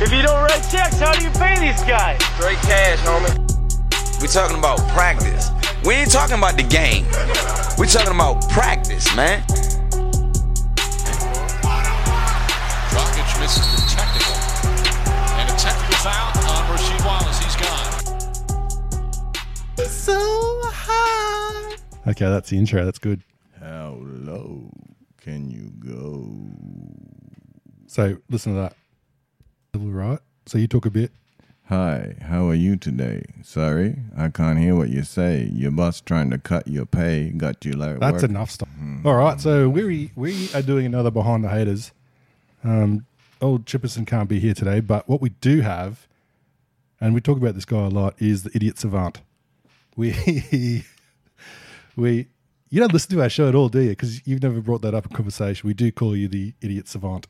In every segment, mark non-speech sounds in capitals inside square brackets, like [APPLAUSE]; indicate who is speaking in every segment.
Speaker 1: If you don't write checks, how do you pay these guys?
Speaker 2: Straight cash, homie.
Speaker 3: We're talking about practice. We ain't talking about the game. We're talking about practice, man.
Speaker 4: Drogic misses the technical. And a technical foul on Rasheed Wallace. He's gone.
Speaker 5: So high.
Speaker 6: Okay, that's the intro. That's good.
Speaker 5: How low can you go?
Speaker 6: So listen to that. All right. So you took a bit.
Speaker 5: Hi, how are you today? Sorry, I can't hear what you say. Your boss trying to cut your pay got you low.
Speaker 6: That's
Speaker 5: work.
Speaker 6: enough stuff. All right. So we we are doing another behind the haters. Um, old Chipperson can't be here today, but what we do have, and we talk about this guy a lot, is the idiot savant. We [LAUGHS] we you don't listen to our show at all, do you? Because you've never brought that up in conversation. We do call you the idiot savant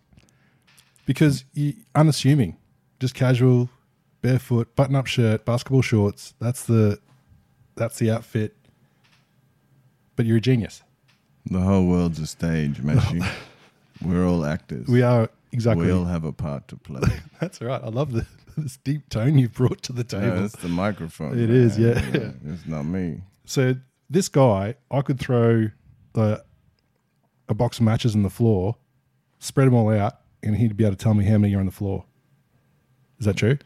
Speaker 6: because you unassuming, just casual, barefoot, button-up shirt, basketball shorts. That's the that's the outfit. But you're a genius.
Speaker 5: The whole world's a stage,
Speaker 6: [LAUGHS]
Speaker 5: Messi. We're all actors.
Speaker 6: We are exactly.
Speaker 5: We all have a part
Speaker 6: [LAUGHS]
Speaker 5: to play.
Speaker 6: That's all right. I love the, [LAUGHS] this deep tone you've brought to the table.
Speaker 5: no, that's the microphone.
Speaker 6: It is, yeah.
Speaker 5: It's not me.
Speaker 6: so this guy, I could throw the, a box of matches on the floor, spread them all out, and he'd be able to tell me how many are on the floor. Is that true?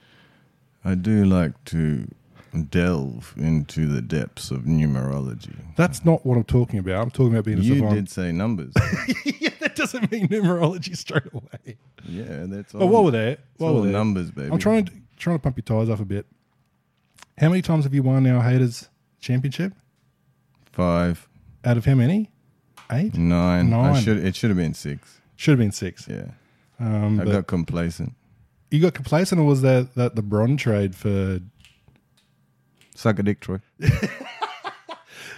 Speaker 5: I do like to delve into the depths of numerology.
Speaker 6: That's not what I'm talking about. I'm talking about being a
Speaker 5: You
Speaker 6: savant.
Speaker 5: did say numbers.
Speaker 6: yeah, [LAUGHS] that doesn't mean numerology straight away.
Speaker 5: yeah, that's all.
Speaker 6: But while we're there,
Speaker 5: It's
Speaker 6: while
Speaker 5: all
Speaker 6: we're there,
Speaker 5: numbers, baby.
Speaker 6: I'm trying to trying to pump your tires off a bit. How many times have you won our haters championship?
Speaker 5: Five,
Speaker 6: Out of how many? Eight.
Speaker 5: nine. I
Speaker 6: Nine.
Speaker 5: should. It should have been six.
Speaker 6: Should have been six.
Speaker 5: Yeah.
Speaker 6: Um,
Speaker 5: I got complacent.
Speaker 6: You got complacent, or was that that the Bron trade for?
Speaker 5: Suck a dick, Troy.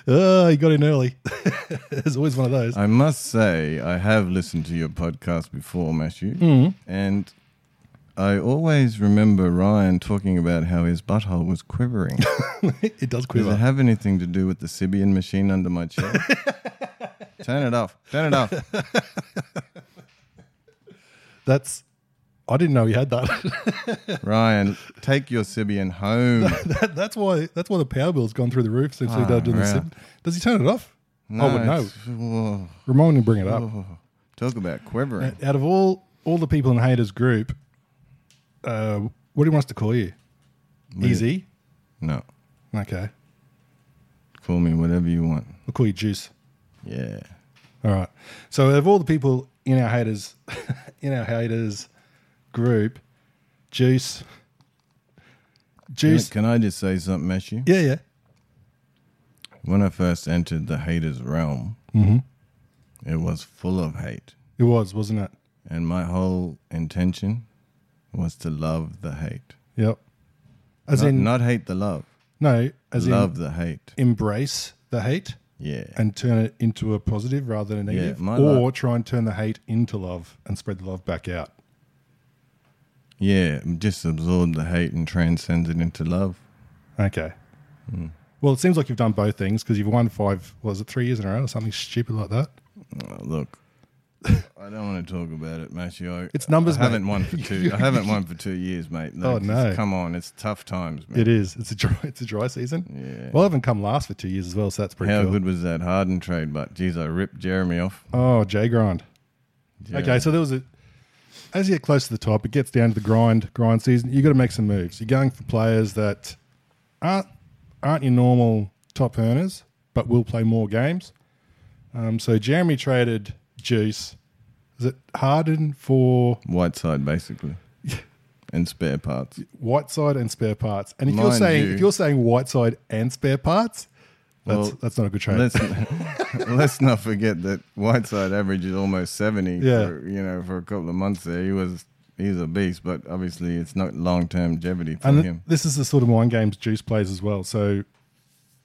Speaker 6: Oh, you got in early. [LAUGHS] There's always one of those.
Speaker 5: I must say, I have listened to your podcast before, Matthew,
Speaker 6: Mm-hmm.
Speaker 5: and I always remember Ryan talking about how his butthole
Speaker 6: [LAUGHS]
Speaker 5: was quivering.
Speaker 6: it does
Speaker 5: Does
Speaker 6: quiver.
Speaker 5: it have anything to do with the Sibian machine under
Speaker 6: [LAUGHS]
Speaker 5: my chair? Turn it off. Turn it off.
Speaker 6: That's. I didn't know you had that. [LAUGHS]
Speaker 5: Ryan, take your Sibian home.
Speaker 6: that. That's why. That's why the power bill's gone through the roof since we
Speaker 5: Ah,
Speaker 6: started doing this.
Speaker 5: right.
Speaker 6: Does he turn it off? I would know.
Speaker 5: it's- whoa.
Speaker 6: Remind me to bring it up.
Speaker 5: Oh. Talk about quivering.
Speaker 6: Out of all all the people in the haters group, uh, what do he wants to call you? Easy.
Speaker 5: No.
Speaker 6: Okay,
Speaker 5: Call me whatever you want.
Speaker 6: we'll call you Juice.
Speaker 5: Yeah.
Speaker 6: All right. So of all the people in our haters, [LAUGHS] in our haters group, Juice,
Speaker 5: Can,
Speaker 6: Juice.
Speaker 5: can I just say something, Matthew?
Speaker 6: Yeah, yeah.
Speaker 5: When I first entered the haters realm,
Speaker 6: Mm-hmm.
Speaker 5: it was full of hate.
Speaker 6: It was, wasn't it?
Speaker 5: And my whole intention was to love the hate.
Speaker 6: Yep. As
Speaker 5: Not,
Speaker 6: in
Speaker 5: not hate the love.
Speaker 6: no, as
Speaker 5: love
Speaker 6: in
Speaker 5: the hate.
Speaker 6: embrace the hate
Speaker 5: Yeah.
Speaker 6: and turn it into a positive rather than a
Speaker 5: Yeah,
Speaker 6: negative,
Speaker 5: my
Speaker 6: or
Speaker 5: love-
Speaker 6: try and turn the hate into love and spread the love back out.
Speaker 5: yeah. Just absorb the hate and transcend it into love.
Speaker 6: Okay.
Speaker 5: Hmm.
Speaker 6: Well, it seems like you've done both things because you've won five, was it three years in a row or something stupid like that?
Speaker 5: Oh, look. [LAUGHS] I don't want to talk about it, Matthew. I-
Speaker 6: It's numbers,
Speaker 5: I haven't
Speaker 6: mate.
Speaker 5: won
Speaker 6: [LAUGHS]
Speaker 5: for two. I haven't won for two years, mate. No,
Speaker 6: Oh,
Speaker 5: just
Speaker 6: no.
Speaker 5: Come on, it's tough times, man.
Speaker 6: It is. It's a dry, [LAUGHS] it's a dry season.
Speaker 5: Yeah.
Speaker 6: Well, I haven't come last for two years as well, so that's pretty
Speaker 5: How
Speaker 6: cool.
Speaker 5: good was that Harden trade? But geez, I ripped Jeremy off.
Speaker 6: Oh, J grind.
Speaker 5: Yeah.
Speaker 6: Okay, so there was a. As you get close to the top, it gets down to the grind, grind season. You got to make some moves. You're going for players that aren't aren't your normal top earners, but will play more games. Um, so Jeremy traded Juice. Is it Harden for [LAUGHS]
Speaker 5: Whiteside, basically, and spare parts.
Speaker 6: Whiteside and spare parts? And if you're
Speaker 5: Mind
Speaker 6: saying
Speaker 5: you-
Speaker 6: if you're saying Whiteside and spare parts, that's
Speaker 5: Well,
Speaker 6: that's not a good trade.
Speaker 5: Let's [LAUGHS] let's not forget that Whiteside averages almost seventy.
Speaker 6: Yeah.
Speaker 5: For, you know, for a couple of months there, he was he's a beast. But obviously, it's not long term longevity for
Speaker 6: And th-
Speaker 5: him.
Speaker 6: this is the sort of mind games Juice plays as well. So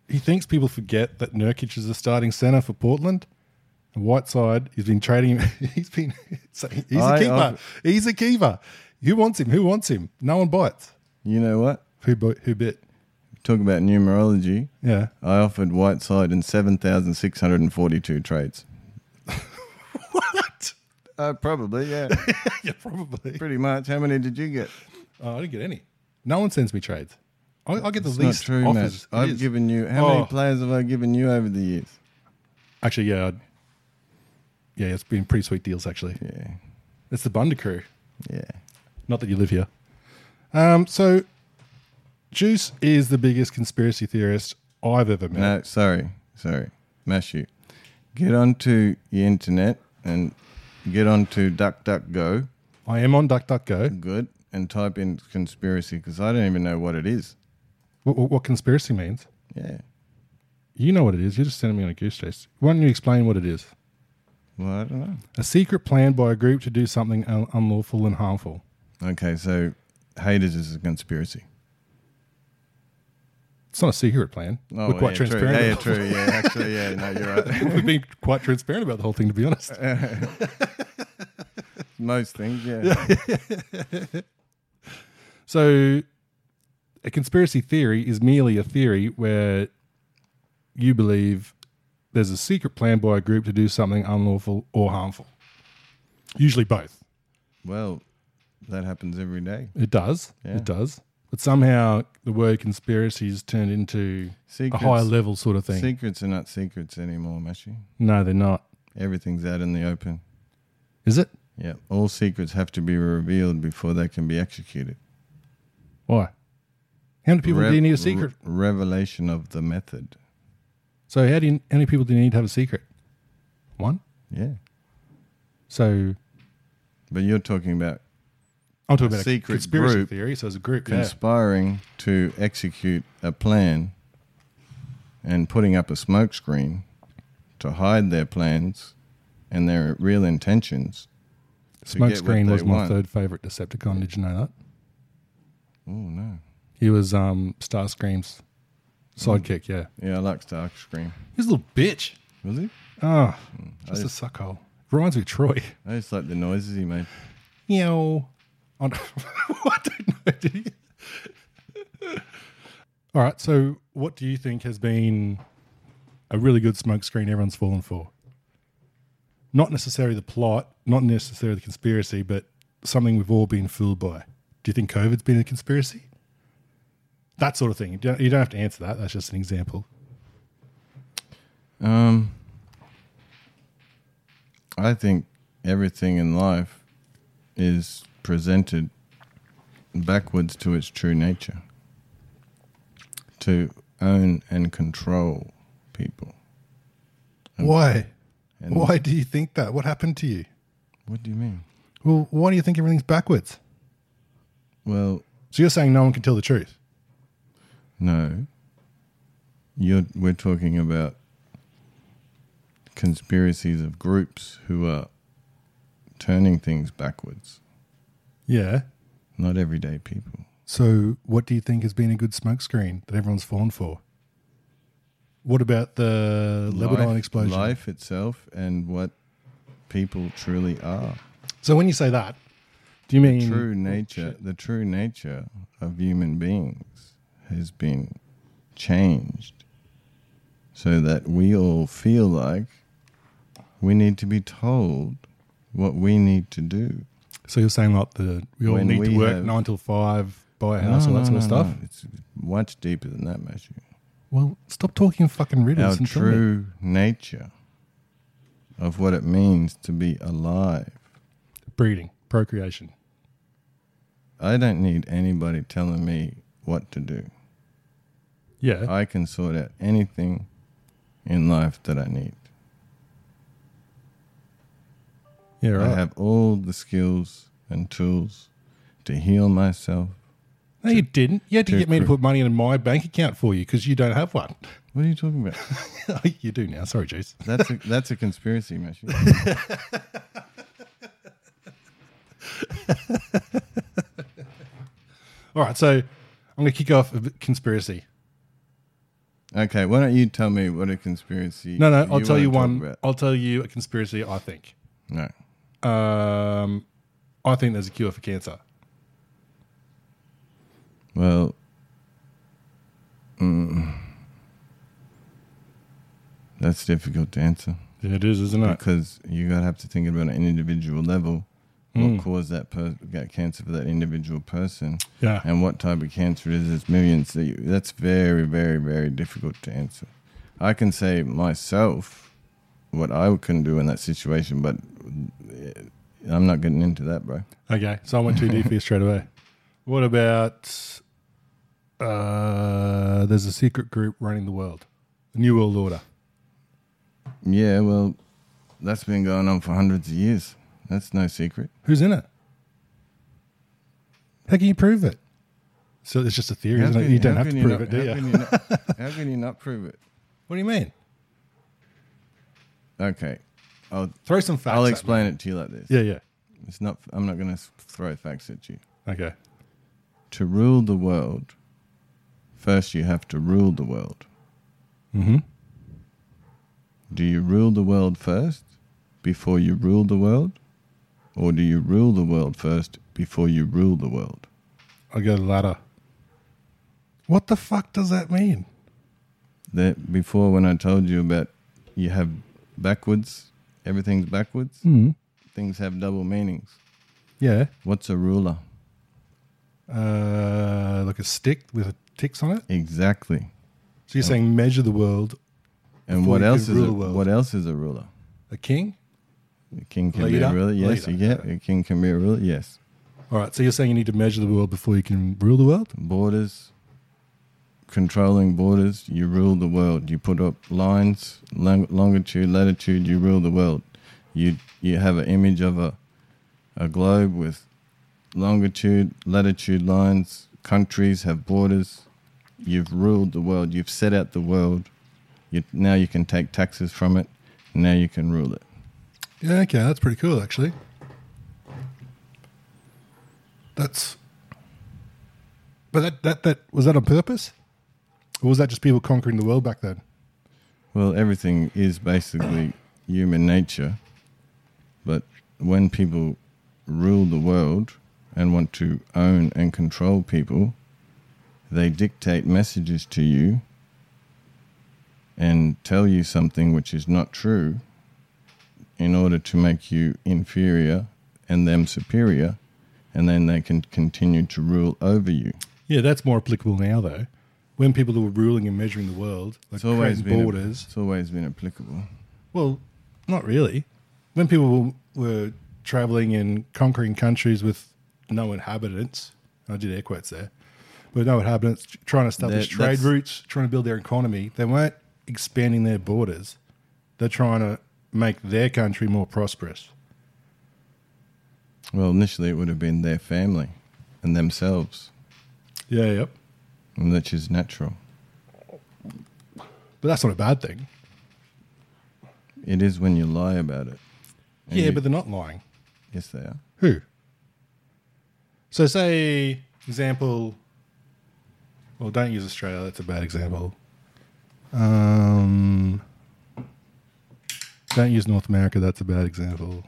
Speaker 6: he thinks people forget that Nurkic is the starting center for Portland. And Whiteside, he's been trading him. [LAUGHS] He's been saying, he's a
Speaker 5: I-
Speaker 6: keeper.
Speaker 5: I've-
Speaker 6: he's a keeper. Who wants him? Who wants him? No one bites.
Speaker 5: You know what?
Speaker 6: Who bit? Who bit?
Speaker 5: Talk about numerology. [LAUGHS]
Speaker 6: Yeah.
Speaker 5: I offered Whiteside in seven thousand six hundred and forty-two trades.
Speaker 6: What?
Speaker 5: Uh, probably, [LAUGHS]
Speaker 6: [LAUGHS]
Speaker 5: yeah.
Speaker 6: yeah, probably.
Speaker 5: Pretty much. How many did you get?
Speaker 6: Oh, I didn't get any. No one sends me trades. I, I get the
Speaker 5: It's not
Speaker 6: least
Speaker 5: true, Matt.
Speaker 6: offers. It
Speaker 5: I've
Speaker 6: is.
Speaker 5: given you how
Speaker 6: Oh.
Speaker 5: many players have I given you over the years?
Speaker 6: actually, yeah, I'd- yeah, it's been pretty sweet deals actually.
Speaker 5: Yeah,
Speaker 6: It's the Bunda crew.
Speaker 5: yeah.
Speaker 6: Not that you live here. Um, so Juice is the biggest conspiracy theorist I've ever met.
Speaker 5: No, sorry, sorry, Mashu. Get onto your internet and get onto DuckDuckGo.
Speaker 6: I am on DuckDuckGo.
Speaker 5: Good, and type in conspiracy because I don't even know what it is.
Speaker 6: What, what, what conspiracy means?
Speaker 5: Yeah.
Speaker 6: You know what it is. You're just sending me on a goose chase. Why don't you explain what it is?
Speaker 5: Well, I don't know.
Speaker 6: A secret plan by a group to do something un- unlawful and harmful.
Speaker 5: Okay, so haters is a conspiracy.
Speaker 6: It's not a secret plan. We're quite
Speaker 5: Oh, yeah,
Speaker 6: transparent. about-
Speaker 5: True. Yeah, yeah, true. Yeah, actually, yeah. No, you're
Speaker 6: [LAUGHS]
Speaker 5: right. [LAUGHS]
Speaker 6: We've been quite transparent about the whole thing, to be honest.
Speaker 5: Most things, yeah.
Speaker 6: So, a conspiracy theory is merely a theory where you believe there's a secret plan by a group to do something unlawful or harmful. Usually both.
Speaker 5: Well, that happens every day.
Speaker 6: It does. It does. But somehow the word conspiracy's turned into
Speaker 5: Secrets-
Speaker 6: a higher level sort of thing.
Speaker 5: Secrets are not secrets anymore, Mashi.
Speaker 6: no, they're not.
Speaker 5: Everything's out in the open.
Speaker 6: Is it?
Speaker 5: Yeah, all secrets have to be revealed before they can be executed.
Speaker 6: Why? How many people do
Speaker 5: Rev-
Speaker 6: you need a secret?
Speaker 5: re- revelation of the method.
Speaker 6: so how do you, how many people do you need to have a secret? One.
Speaker 5: Yeah,
Speaker 6: So
Speaker 5: but you're talking about
Speaker 6: I'm talking about a
Speaker 5: secret
Speaker 6: conspiracy
Speaker 5: group
Speaker 6: theory. So it's a group. yeah.
Speaker 5: conspiring to execute a plan and putting up a smoke screen to hide their plans and their real intentions. to get what
Speaker 6: Smokescreen
Speaker 5: they
Speaker 6: was my
Speaker 5: want.
Speaker 6: third favorite Decepticon. Did you know that?
Speaker 5: Oh no!
Speaker 6: He was um, Starscream's sidekick. Yeah,
Speaker 5: Yeah, I like Stark Scream.
Speaker 6: he's a little bitch.
Speaker 5: Was he?
Speaker 6: Oh,
Speaker 5: Mm,
Speaker 6: just a suckhole. Reminds me of Troy. [LAUGHS]
Speaker 5: I just like the noises he made.
Speaker 6: You know, [LAUGHS] I don't know. Did he? All right. So, what do you think has been a really good smokescreen everyone's fallen for? Not necessarily the plot, not necessarily the conspiracy, but something we've all been fooled by. Do you think COVID's been a conspiracy? That sort of thing. You don't, you don't have to answer that. That's just an example.
Speaker 5: Um, I think everything in life is presented backwards to its true nature to own and control people.
Speaker 6: Why?
Speaker 5: And
Speaker 6: do you think that? What happened to you?
Speaker 5: What do you mean?
Speaker 6: Well, why do you think everything's backwards?
Speaker 5: Well,
Speaker 6: So you're saying no one can tell the truth?
Speaker 5: no. You're, we're talking about conspiracies of groups who are turning things backwards,
Speaker 6: Yeah.
Speaker 5: not everyday people.
Speaker 6: So, what do you think has been a good smokescreen that everyone's fallen for? What about the Lebanon
Speaker 5: life-
Speaker 6: explosion?
Speaker 5: Life itself and what people truly are.
Speaker 6: So, when you say that, do you mean
Speaker 5: True nature, the true nature of human beings has been changed so that we all feel like we need to be told what we need to do.
Speaker 6: So you're saying like the we all
Speaker 5: When
Speaker 6: need
Speaker 5: we
Speaker 6: to work
Speaker 5: have-
Speaker 6: nine till five, buy a house, all that sort of
Speaker 5: no,
Speaker 6: stuff?
Speaker 5: no. It's much deeper than that, Matthew.
Speaker 6: Well, stop talking fucking riddles
Speaker 5: Our
Speaker 6: and tell me.
Speaker 5: true nature of what it means to be alive.
Speaker 6: breeding, procreation.
Speaker 5: I don't need anybody telling me what to do.
Speaker 6: Yeah,
Speaker 5: I can sort out anything in life that I need.
Speaker 6: yeah, right.
Speaker 5: I have all the skills and tools to heal myself.
Speaker 6: no, you didn't. You had to
Speaker 5: to
Speaker 6: get me to
Speaker 5: cre-
Speaker 6: put money in my bank account for you because you don't have one. [LAUGHS]
Speaker 5: What are you talking about?
Speaker 6: you do now. Sorry, Juice.
Speaker 5: That's a, that's a conspiracy, Mashi.
Speaker 6: All right, so I'm going to kick off a bit- conspiracy.
Speaker 5: Okay, why don't you tell me what a conspiracy?
Speaker 6: No, no, I'll tell
Speaker 5: wanna
Speaker 6: you
Speaker 5: talk
Speaker 6: one.
Speaker 5: about?
Speaker 6: I'll tell you a conspiracy. I think.
Speaker 5: No,
Speaker 6: Um, I think there's a cure for cancer.
Speaker 5: well, mm, that's difficult to answer.
Speaker 6: It is, isn't it?
Speaker 5: because you gotta have to think about an individual level what
Speaker 6: Hmm.
Speaker 5: caused that per- that cancer for that individual person
Speaker 6: Yeah.
Speaker 5: and what type of cancer it is there's millions that you, that's very very very difficult to answer i can say myself what i can do in that situation but eh, i'm not getting into that bro
Speaker 6: Okay, so I went too deep here straight away. What about uh, there's a secret group running the world, the New World Order?
Speaker 5: yeah well that's been going on for hundreds of years that's no secret
Speaker 6: Who's in it? How can you prove it? So it's just a theory.
Speaker 5: How
Speaker 6: Isn't it?
Speaker 5: can-
Speaker 6: You don't
Speaker 5: how
Speaker 6: have to
Speaker 5: can
Speaker 6: prove
Speaker 5: not-
Speaker 6: it, do
Speaker 5: how
Speaker 6: you?
Speaker 5: can not- how can you not prove it
Speaker 6: What do you mean?
Speaker 5: okay I'll,
Speaker 6: Throw some facts.
Speaker 5: I'll
Speaker 6: at me.
Speaker 5: explain it to you like this.
Speaker 6: Yeah, yeah.
Speaker 5: It's not. I'm not going to throw facts at you.
Speaker 6: Okay.
Speaker 5: To rule the world, first you have to rule the world. Mm-hmm. Do you rule the world first before you rule the world, or do you rule the world first before you rule the world?
Speaker 6: I'll go the latter. What the fuck does that mean?
Speaker 5: That before when I told you about you have backwards, everything's backwards.
Speaker 6: Mm-hmm.
Speaker 5: Things have double meanings.
Speaker 6: Yeah.
Speaker 5: What's a ruler?
Speaker 6: Uh, like a stick with ticks on it.
Speaker 5: Exactly.
Speaker 6: So you're saying measure the world,
Speaker 5: And
Speaker 6: Before
Speaker 5: what
Speaker 6: you
Speaker 5: else
Speaker 6: can
Speaker 5: is
Speaker 6: rule
Speaker 5: a,
Speaker 6: the world.
Speaker 5: what else is a ruler?
Speaker 6: a king?
Speaker 5: A king can be a
Speaker 6: Leader?
Speaker 5: ruler. Yes,
Speaker 6: Leader.
Speaker 5: you get a king can be a ruler. Yes,
Speaker 6: All right. So you're saying you need to measure the world before you can rule the world?
Speaker 5: borders, controlling borders. You rule the world. You put up lines, long, longitude, latitude. You rule the world. You you have an image of a a globe with longitude, latitude lines. Countries have borders. You've ruled the world. You've set out the world. You, now you can take taxes from it. Now you can rule it.
Speaker 6: Yeah, okay, that's pretty cool actually. That's But that that, that was that on purpose? Or was that just people conquering the world back then?
Speaker 5: Well, everything is basically human nature, but when people rule the world and want to own and control people, they dictate messages to you and tell you something which is not true in order to make you inferior and them superior, and then they can continue to rule over you.
Speaker 6: Yeah, that's more applicable now though. When people were ruling and measuring the world, like
Speaker 5: It's always
Speaker 6: creating
Speaker 5: been
Speaker 6: borders.
Speaker 5: it's always been applicable.
Speaker 6: Well, not really. When people were, were traveling and conquering countries with no inhabitants, I did air quotes there, with no inhabitants, tr- trying to establish
Speaker 5: That-
Speaker 6: trade
Speaker 5: that's-
Speaker 6: routes, trying to build their economy, they weren't expanding their borders. They're trying to make their country more prosperous.
Speaker 5: Well, initially it would have been their family and themselves,
Speaker 6: Yeah, yep.
Speaker 5: which is natural.
Speaker 6: But that's not a bad thing.
Speaker 5: It is when you lie about it. And
Speaker 6: yeah,
Speaker 5: you-
Speaker 6: but they're not lying.
Speaker 5: yes, they are.
Speaker 6: Who? So, say, example, well, don't use Australia, that's a bad example. Um, don't use North America, that's a bad example.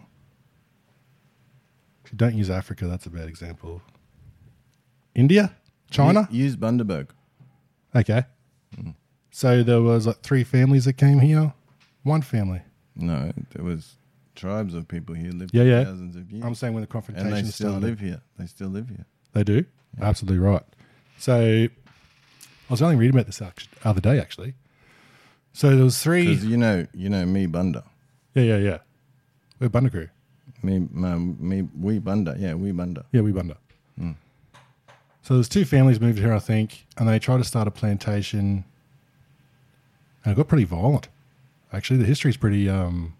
Speaker 6: Don't use Africa, that's a bad example. India? China?
Speaker 5: U- use Bundaberg.
Speaker 6: Okay. So, there was like three families that came here, one family.
Speaker 5: No, there was tribes of people here lived
Speaker 6: Yeah,
Speaker 5: for
Speaker 6: yeah.
Speaker 5: thousands of years,
Speaker 6: I'm saying when the confrontation
Speaker 5: and they still
Speaker 6: started.
Speaker 5: live here. They still live here.
Speaker 6: They do. Absolutely right. So I was only reading about this act- other day actually. So there was three.
Speaker 5: Because you know, you know me Bunda,
Speaker 6: Yeah, yeah, yeah. We're Bunda crew.
Speaker 5: me, my, me, we Bunda. Yeah, we Bunda.
Speaker 6: Yeah, we Bunda. So there's two families moved here, I think, and they tried to start a plantation. And it got pretty violent. Actually, the history's pretty. um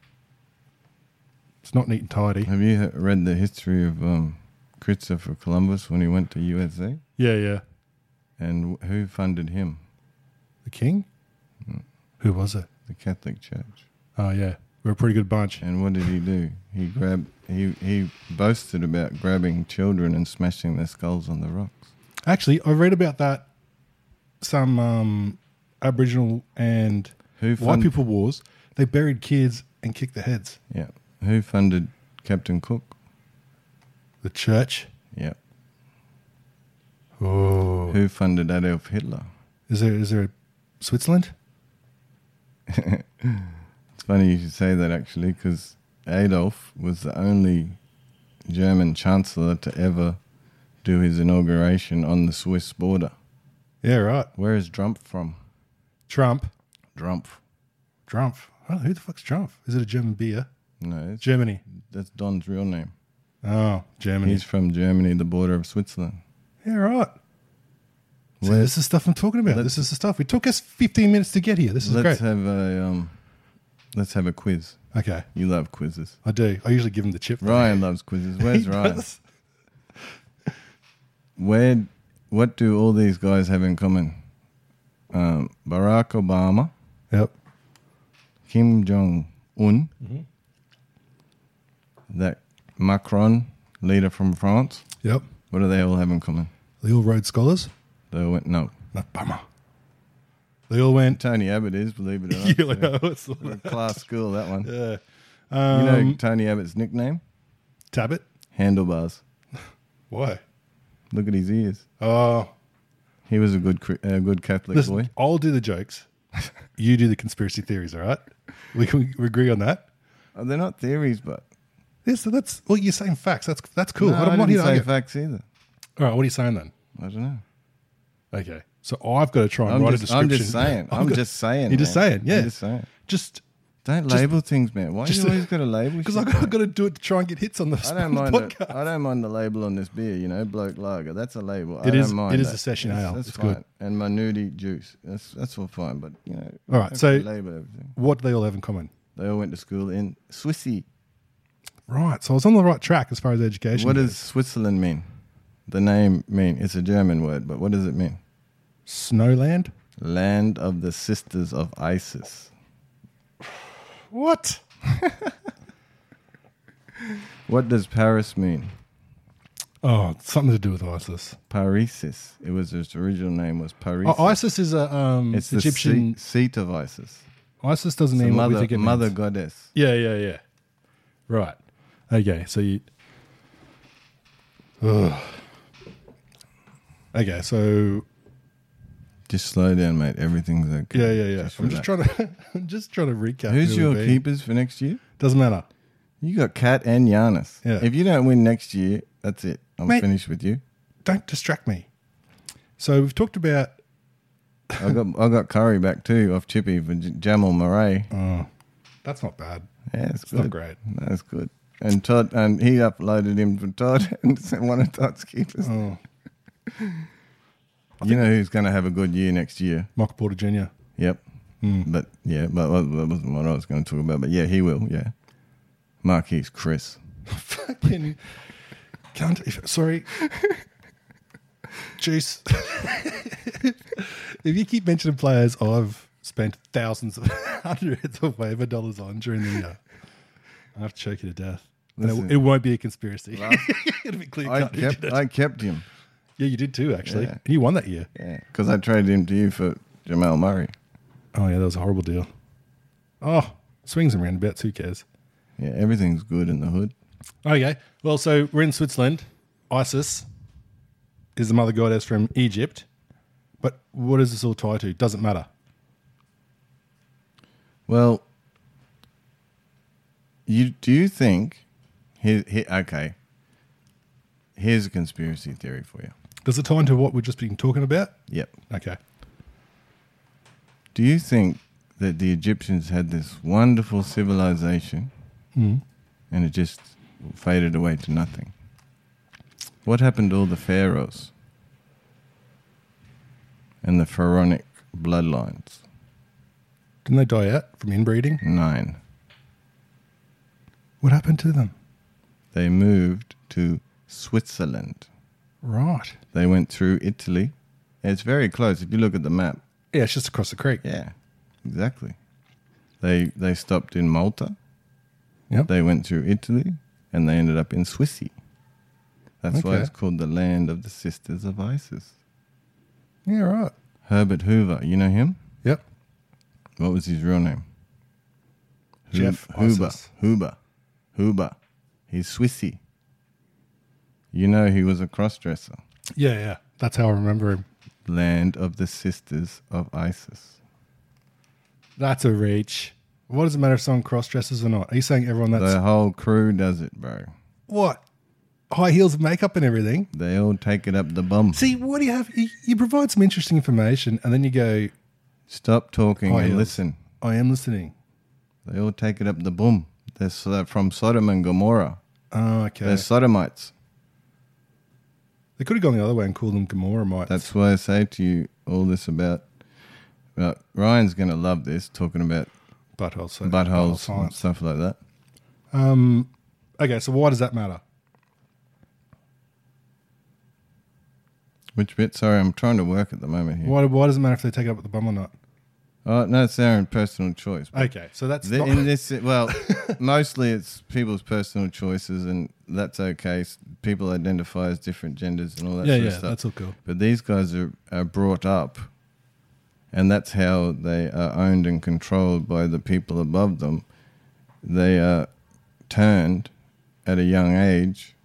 Speaker 6: It's not neat and tidy.
Speaker 5: Have you he- read the history of um, Christopher Columbus when he went to USA,
Speaker 6: Yeah, yeah.
Speaker 5: and wh- who funded him?
Speaker 6: The king. Who was it?
Speaker 5: The Catholic Church.
Speaker 6: Oh yeah, we're a pretty good bunch.
Speaker 5: And what did he do? He grabbed. He he boasted about grabbing children and smashing their skulls on the rocks.
Speaker 6: Actually, I read about that some um, Aboriginal and
Speaker 5: Who
Speaker 6: white
Speaker 5: fund-
Speaker 6: people wars. They buried kids and kicked their heads.
Speaker 5: Yeah. Who funded Captain Cook?
Speaker 6: The church.
Speaker 5: Yeah.
Speaker 6: Oh,
Speaker 5: Who funded Adolf Hitler?
Speaker 6: is there is there a Switzerland?
Speaker 5: It's funny you should say that actually, because Adolf was the only German chancellor to ever do his inauguration on the Swiss border.
Speaker 6: Yeah, right.
Speaker 5: Where is Trump from?
Speaker 6: Trump.
Speaker 5: Trump.
Speaker 6: Trump. Oh, who the fuck's Trump? Is it a German beer?
Speaker 5: No, it's,
Speaker 6: Germany.
Speaker 5: that's Don's real name.
Speaker 6: Oh, Germany.
Speaker 5: He's from Germany, the border of Switzerland.
Speaker 6: yeah, right. See, this is the stuff I'm talking about. This is the stuff. It took us 15 minutes to get here. This is
Speaker 5: Let's
Speaker 6: great.
Speaker 5: uh, have a um, let's have a quiz.
Speaker 6: okay,
Speaker 5: You love quizzes.
Speaker 6: I do. I usually give him the chip. though.
Speaker 5: Ryan loves quizzes.
Speaker 6: [LAUGHS]
Speaker 5: Where's
Speaker 6: He
Speaker 5: Ryan?
Speaker 6: does.
Speaker 5: Where? What do all these guys have in common? Um, Barack Obama,
Speaker 6: Yep.
Speaker 5: Kim Jong Un,
Speaker 6: Mm-hmm.
Speaker 5: that Macron leader from France.
Speaker 6: Yep.
Speaker 5: What do they all have in common?
Speaker 6: They all rode scholars.
Speaker 5: They all went no.
Speaker 6: No, bummer. They all went.
Speaker 5: [LAUGHS] Tony Abbott is, believe it or
Speaker 6: [LAUGHS]
Speaker 5: not.
Speaker 6: You know, it's like, [LAUGHS]
Speaker 5: Class school, that one.
Speaker 6: uh,
Speaker 5: you know
Speaker 6: Um,
Speaker 5: Tony Abbott's nickname?
Speaker 6: Tabit.
Speaker 5: Handlebars.
Speaker 6: Why?
Speaker 5: Look at his ears.
Speaker 6: Oh,
Speaker 5: He was a good, cri- a good Catholic
Speaker 6: listen.
Speaker 5: boy.
Speaker 6: I'll do the
Speaker 5: [LAUGHS]
Speaker 6: jokes. you do the conspiracy theories. All right. We can [LAUGHS] we agree on that.
Speaker 5: Oh, they're not theories, but
Speaker 6: Yes, so that's well. You're saying facts. That's that's cool.
Speaker 5: No,
Speaker 6: I'm
Speaker 5: I
Speaker 6: not
Speaker 5: didn't
Speaker 6: here to
Speaker 5: say
Speaker 6: argue.
Speaker 5: facts either.
Speaker 6: All right. What are you saying then?
Speaker 5: I don't know.
Speaker 6: Okay. So I've got to try and
Speaker 5: I'm
Speaker 6: write
Speaker 5: just-
Speaker 6: a
Speaker 5: I'm
Speaker 6: description.
Speaker 5: just saying.
Speaker 6: [LAUGHS] I've
Speaker 5: I'm
Speaker 6: got-
Speaker 5: just saying,
Speaker 6: You're just
Speaker 5: man.
Speaker 6: saying. Yeah.
Speaker 5: I'm just saying.
Speaker 6: Just
Speaker 5: Don't
Speaker 6: Just-
Speaker 5: label things, man. Why
Speaker 6: just-
Speaker 5: you
Speaker 6: [LAUGHS]
Speaker 5: always got to label?
Speaker 6: because
Speaker 5: shit,
Speaker 6: I've
Speaker 5: man?
Speaker 6: got to do it to try and get hits on the,
Speaker 5: I
Speaker 6: on [LAUGHS]
Speaker 5: don't
Speaker 6: the
Speaker 5: mind.
Speaker 6: podcast.
Speaker 5: The, I don't mind the label on this beer. You know, bloke lager. That's a label. I
Speaker 6: It
Speaker 5: don't
Speaker 6: is-
Speaker 5: mind.
Speaker 6: it is
Speaker 5: that.
Speaker 6: a session
Speaker 5: That's-
Speaker 6: ale.
Speaker 5: That's
Speaker 6: It's
Speaker 5: fine.
Speaker 6: good.
Speaker 5: And my nudie juice. That's that's all fine. But you know,
Speaker 6: All right,
Speaker 5: don't
Speaker 6: so-
Speaker 5: label everything.
Speaker 6: What do they all have in common?
Speaker 5: They all went to school in Swissy.
Speaker 6: Right. So I was on the right track as far as education.
Speaker 5: What
Speaker 6: goes.
Speaker 5: does Switzerland mean? The name mean? It's a German word, but what does it mean?
Speaker 6: Snowland?
Speaker 5: Land of the Sisters of Isis.
Speaker 6: What?
Speaker 5: What does Paris mean?
Speaker 6: Oh, it's something to do with ISIS.
Speaker 5: Parisis. It was its original name was Paris.
Speaker 6: Oh, ISIS is a um,
Speaker 5: It's the
Speaker 6: Egyptian.
Speaker 5: seat, seat of Isis.
Speaker 6: ISIS doesn't
Speaker 5: The
Speaker 6: mean what we
Speaker 5: mother,
Speaker 6: think it
Speaker 5: mother
Speaker 6: means.
Speaker 5: goddess.
Speaker 6: Yeah, yeah, yeah. Right. Okay. So you. Ugh. Okay. So
Speaker 5: Just slow down, mate. Everything's okay.
Speaker 6: yeah, yeah, yeah. I'm just
Speaker 5: relax.
Speaker 6: trying to. [LAUGHS] I'm just trying to recap.
Speaker 5: Who's
Speaker 6: who
Speaker 5: your
Speaker 6: we've been.
Speaker 5: keepers for next year?
Speaker 6: Doesn't matter.
Speaker 5: You got Kat and Giannis.
Speaker 6: Yeah.
Speaker 5: If you don't win next year, that's it. I'm
Speaker 6: Mate.
Speaker 5: finished with you.
Speaker 6: Don't distract me. So we've talked about.
Speaker 5: I got I got Curry back too off Chippy for J- Jamal Murray.
Speaker 6: Oh, That's not bad.
Speaker 5: yeah, it's, good.
Speaker 6: not great.
Speaker 5: That's good. And Todd and he uploaded him for Todd [LAUGHS] and sent one of Todd's keepers.
Speaker 6: Oh,
Speaker 5: You know who's going to have a good year next year?
Speaker 6: Michael Porter Jr.
Speaker 5: Yep. But yeah, but well, that wasn't what I was going to talk about. But yeah, he will. Yeah, Marquise Chris.
Speaker 6: fucking can't. If, sorry, juice. [LAUGHS] if you keep mentioning players I've spent thousands of [LAUGHS] hundreds of waiver dollars on during the year, I have to choke you to death. And
Speaker 5: Listen.
Speaker 6: it, it won't be a conspiracy. [LAUGHS] It'll be clear.
Speaker 5: I
Speaker 6: cut. You [LAUGHS]
Speaker 5: kept
Speaker 6: did it.
Speaker 5: I kept him.
Speaker 6: yeah, you did too, actually.
Speaker 5: Yeah.
Speaker 6: And you won that year.
Speaker 5: Yeah, because I traded him to you for Jamal Murray.
Speaker 6: Oh yeah, that was a horrible deal. Oh, swings and roundabouts. Who cares?
Speaker 5: Yeah, everything's good in the hood.
Speaker 6: Okay. Well, so we're in Switzerland. Isis is the mother goddess from Egypt. But what does this all tie to? Doesn't matter.
Speaker 5: Well, you do you think? Here, here, okay. Here's a conspiracy theory for you.
Speaker 6: Does it tie into what we've just been talking about?
Speaker 5: Yep.
Speaker 6: Okay.
Speaker 5: Do you think that the Egyptians had this wonderful civilization and it just faded away to nothing? What happened to all the pharaohs and the pharaonic bloodlines?
Speaker 6: Didn't they die out from inbreeding?
Speaker 5: Nine.
Speaker 6: What happened to them?
Speaker 5: They moved to Switzerland.
Speaker 6: Right.
Speaker 5: They went through Italy. It's very close if you look at the map.
Speaker 6: Yeah, it's just across the creek.
Speaker 5: Yeah, exactly. They they stopped in Malta.
Speaker 6: Yep.
Speaker 5: They went through Italy and they ended up in Swissy. That's why
Speaker 6: Okay.
Speaker 5: it's called the land of the sisters of Isis.
Speaker 6: Yeah, right.
Speaker 5: Herbert Hoover, you know him?
Speaker 6: Yep.
Speaker 5: What was his real name? Hoo-
Speaker 6: Jeff
Speaker 5: Hoover.
Speaker 6: Isis.
Speaker 5: Hoover. Hoover. He's Swissy. You know he was a crossdresser.
Speaker 6: Yeah, yeah. That's how I remember him.
Speaker 5: Land of the sisters of Isis.
Speaker 6: That's a reach. What does it matter if someone cross dresses or not? Are you saying everyone that's
Speaker 5: The whole crew does it, bro.
Speaker 6: what? High heels, makeup, and everything.
Speaker 5: They all take it up the bum.
Speaker 6: See, what do you have? You, you provide some interesting information, and then you go,
Speaker 5: Stop talking
Speaker 6: High
Speaker 5: and
Speaker 6: heels.
Speaker 5: listen.
Speaker 6: "I am listening."
Speaker 5: They all take it up the bum. They're so- from Sodom and Gomorrah.
Speaker 6: Oh, okay.
Speaker 5: They're Sodomites.
Speaker 6: They could have gone the other way and called them Gomorrah mites.
Speaker 5: That's why I say to you all this about. Well, Ryan's going to love this, talking about
Speaker 6: butthole. So
Speaker 5: buttholes
Speaker 6: butthole
Speaker 5: and
Speaker 6: science.
Speaker 5: stuff like that.
Speaker 6: Okay, so why does that matter?
Speaker 5: Which bit? Sorry, I'm trying to work at the moment here.
Speaker 6: Why, why does it matter if they take it up with the bum or not?
Speaker 5: Oh, no, it's their own personal choice.
Speaker 6: Okay, so that's
Speaker 5: The-
Speaker 6: not,
Speaker 5: in this,
Speaker 6: [LAUGHS]
Speaker 5: well, mostly it's people's personal choices, and that's okay. S- People identify as different genders and all that
Speaker 6: Yeah,
Speaker 5: sort of
Speaker 6: yeah,
Speaker 5: stuff.
Speaker 6: that's all cool.
Speaker 5: But these guys are, are brought up, and that's how they are owned and controlled by the people above them. They are turned at a young age,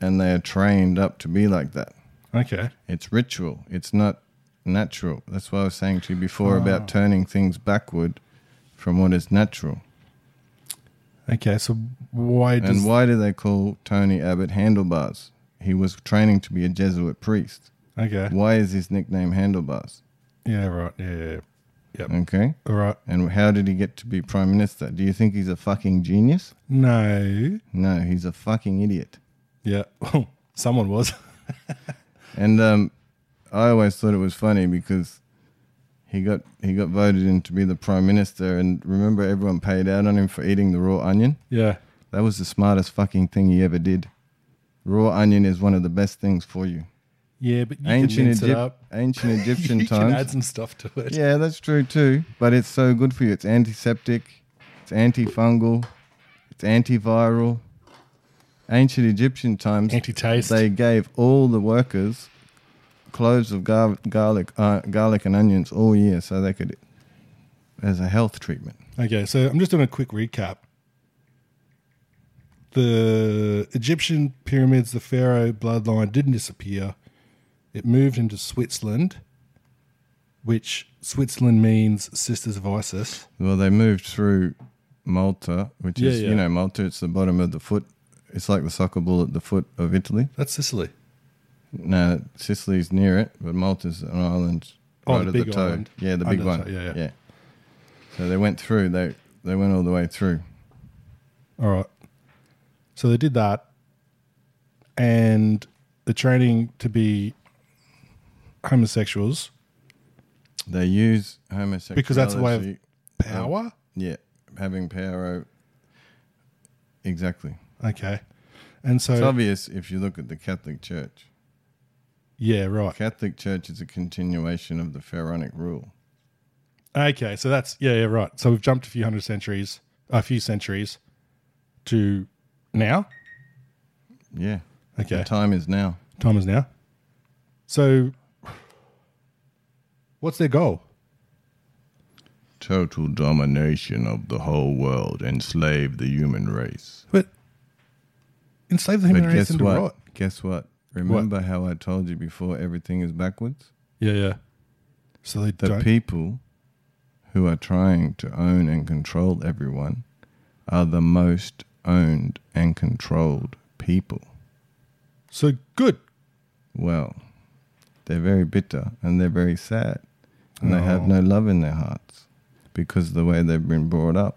Speaker 5: and they are trained up to be like that.
Speaker 6: okay.
Speaker 5: It's ritual. It's not natural. That's what I was saying to you before about turning things backward from what is natural.
Speaker 6: Okay, so why does
Speaker 5: And why do they call Tony Abbott Handlebars? He was training to be a Jesuit priest.
Speaker 6: okay?
Speaker 5: Why is his nickname Handlebars?
Speaker 6: Yeah, right. Yeah, yeah, yeah.
Speaker 5: Okay.
Speaker 6: All right.
Speaker 5: And how did he get to be prime minister? Do you think he's a fucking genius?
Speaker 6: No.
Speaker 5: No, he's a fucking idiot.
Speaker 6: Yeah. [LAUGHS] Someone was. [LAUGHS]
Speaker 5: And um, I always thought it was funny because he got he got voted in to be the prime minister. And remember, everyone paid out on him for eating the raw onion.
Speaker 6: Yeah.
Speaker 5: That was the smartest fucking thing he ever did. Raw onion is one of the best things for you.
Speaker 6: Yeah, but you can
Speaker 5: Ancient
Speaker 6: mince it
Speaker 5: Egypt,
Speaker 6: up. [LAUGHS]
Speaker 5: ancient Egyptian
Speaker 6: you
Speaker 5: times.
Speaker 6: can add some stuff to it.
Speaker 5: Yeah, that's true too. But it's so good for you. It's antiseptic, it's antifungal, it's antiviral. Ancient Egyptian times,
Speaker 6: Anti-taste.
Speaker 5: they gave all the workers cloves of gar- garlic, uh, garlic and onions all year, so they could as a health treatment.
Speaker 6: Okay, so I'm just doing a quick recap. The Egyptian pyramids, the pharaoh bloodline didn't disappear. It moved into Switzerland, which Switzerland means sisters of Isis.
Speaker 5: Well, they moved through Malta, which
Speaker 6: Yeah,
Speaker 5: is
Speaker 6: yeah.
Speaker 5: you know Malta. It's the bottom of the foot. It's like the soccer ball at the foot of Italy.
Speaker 6: That's Sicily.
Speaker 5: No, Sicily's near it, but Malta's an island
Speaker 6: Oh,
Speaker 5: right
Speaker 6: the
Speaker 5: at
Speaker 6: big
Speaker 5: the toe.
Speaker 6: island.
Speaker 5: Yeah, the big
Speaker 6: Under the
Speaker 5: one.
Speaker 6: toe, yeah, yeah.
Speaker 5: So they went through. They they went all the way through.
Speaker 6: All right. So they did that, and the training to be homosexuals
Speaker 5: They use homosexuality
Speaker 6: because that's the way of power.
Speaker 5: yeah having power. o- Exactly.
Speaker 6: Okay, and so
Speaker 5: It's obvious if you look at the Catholic Church.
Speaker 6: yeah, right.
Speaker 5: Catholic Church is a continuation of the Pharaonic rule.
Speaker 6: Okay, so that's yeah, yeah, right. So we've jumped a few hundred centuries, a few centuries, to now.
Speaker 5: Yeah.
Speaker 6: Okay.
Speaker 5: The time is now.
Speaker 6: Time is now. So, what's their goal?
Speaker 5: Total domination of the whole world, enslave the human race.
Speaker 6: But enslave the human
Speaker 5: But
Speaker 6: race
Speaker 5: guess
Speaker 6: into
Speaker 5: what?
Speaker 6: rot.
Speaker 5: Guess what? Remember how I told you before everything is backwards?
Speaker 6: Yeah, yeah. So they
Speaker 5: The
Speaker 6: don't.
Speaker 5: people who are trying to own and control everyone are the most owned and controlled people.
Speaker 6: so good.
Speaker 5: Well, they're very bitter and they're very sad and they have no love in their hearts because of the way they've been brought up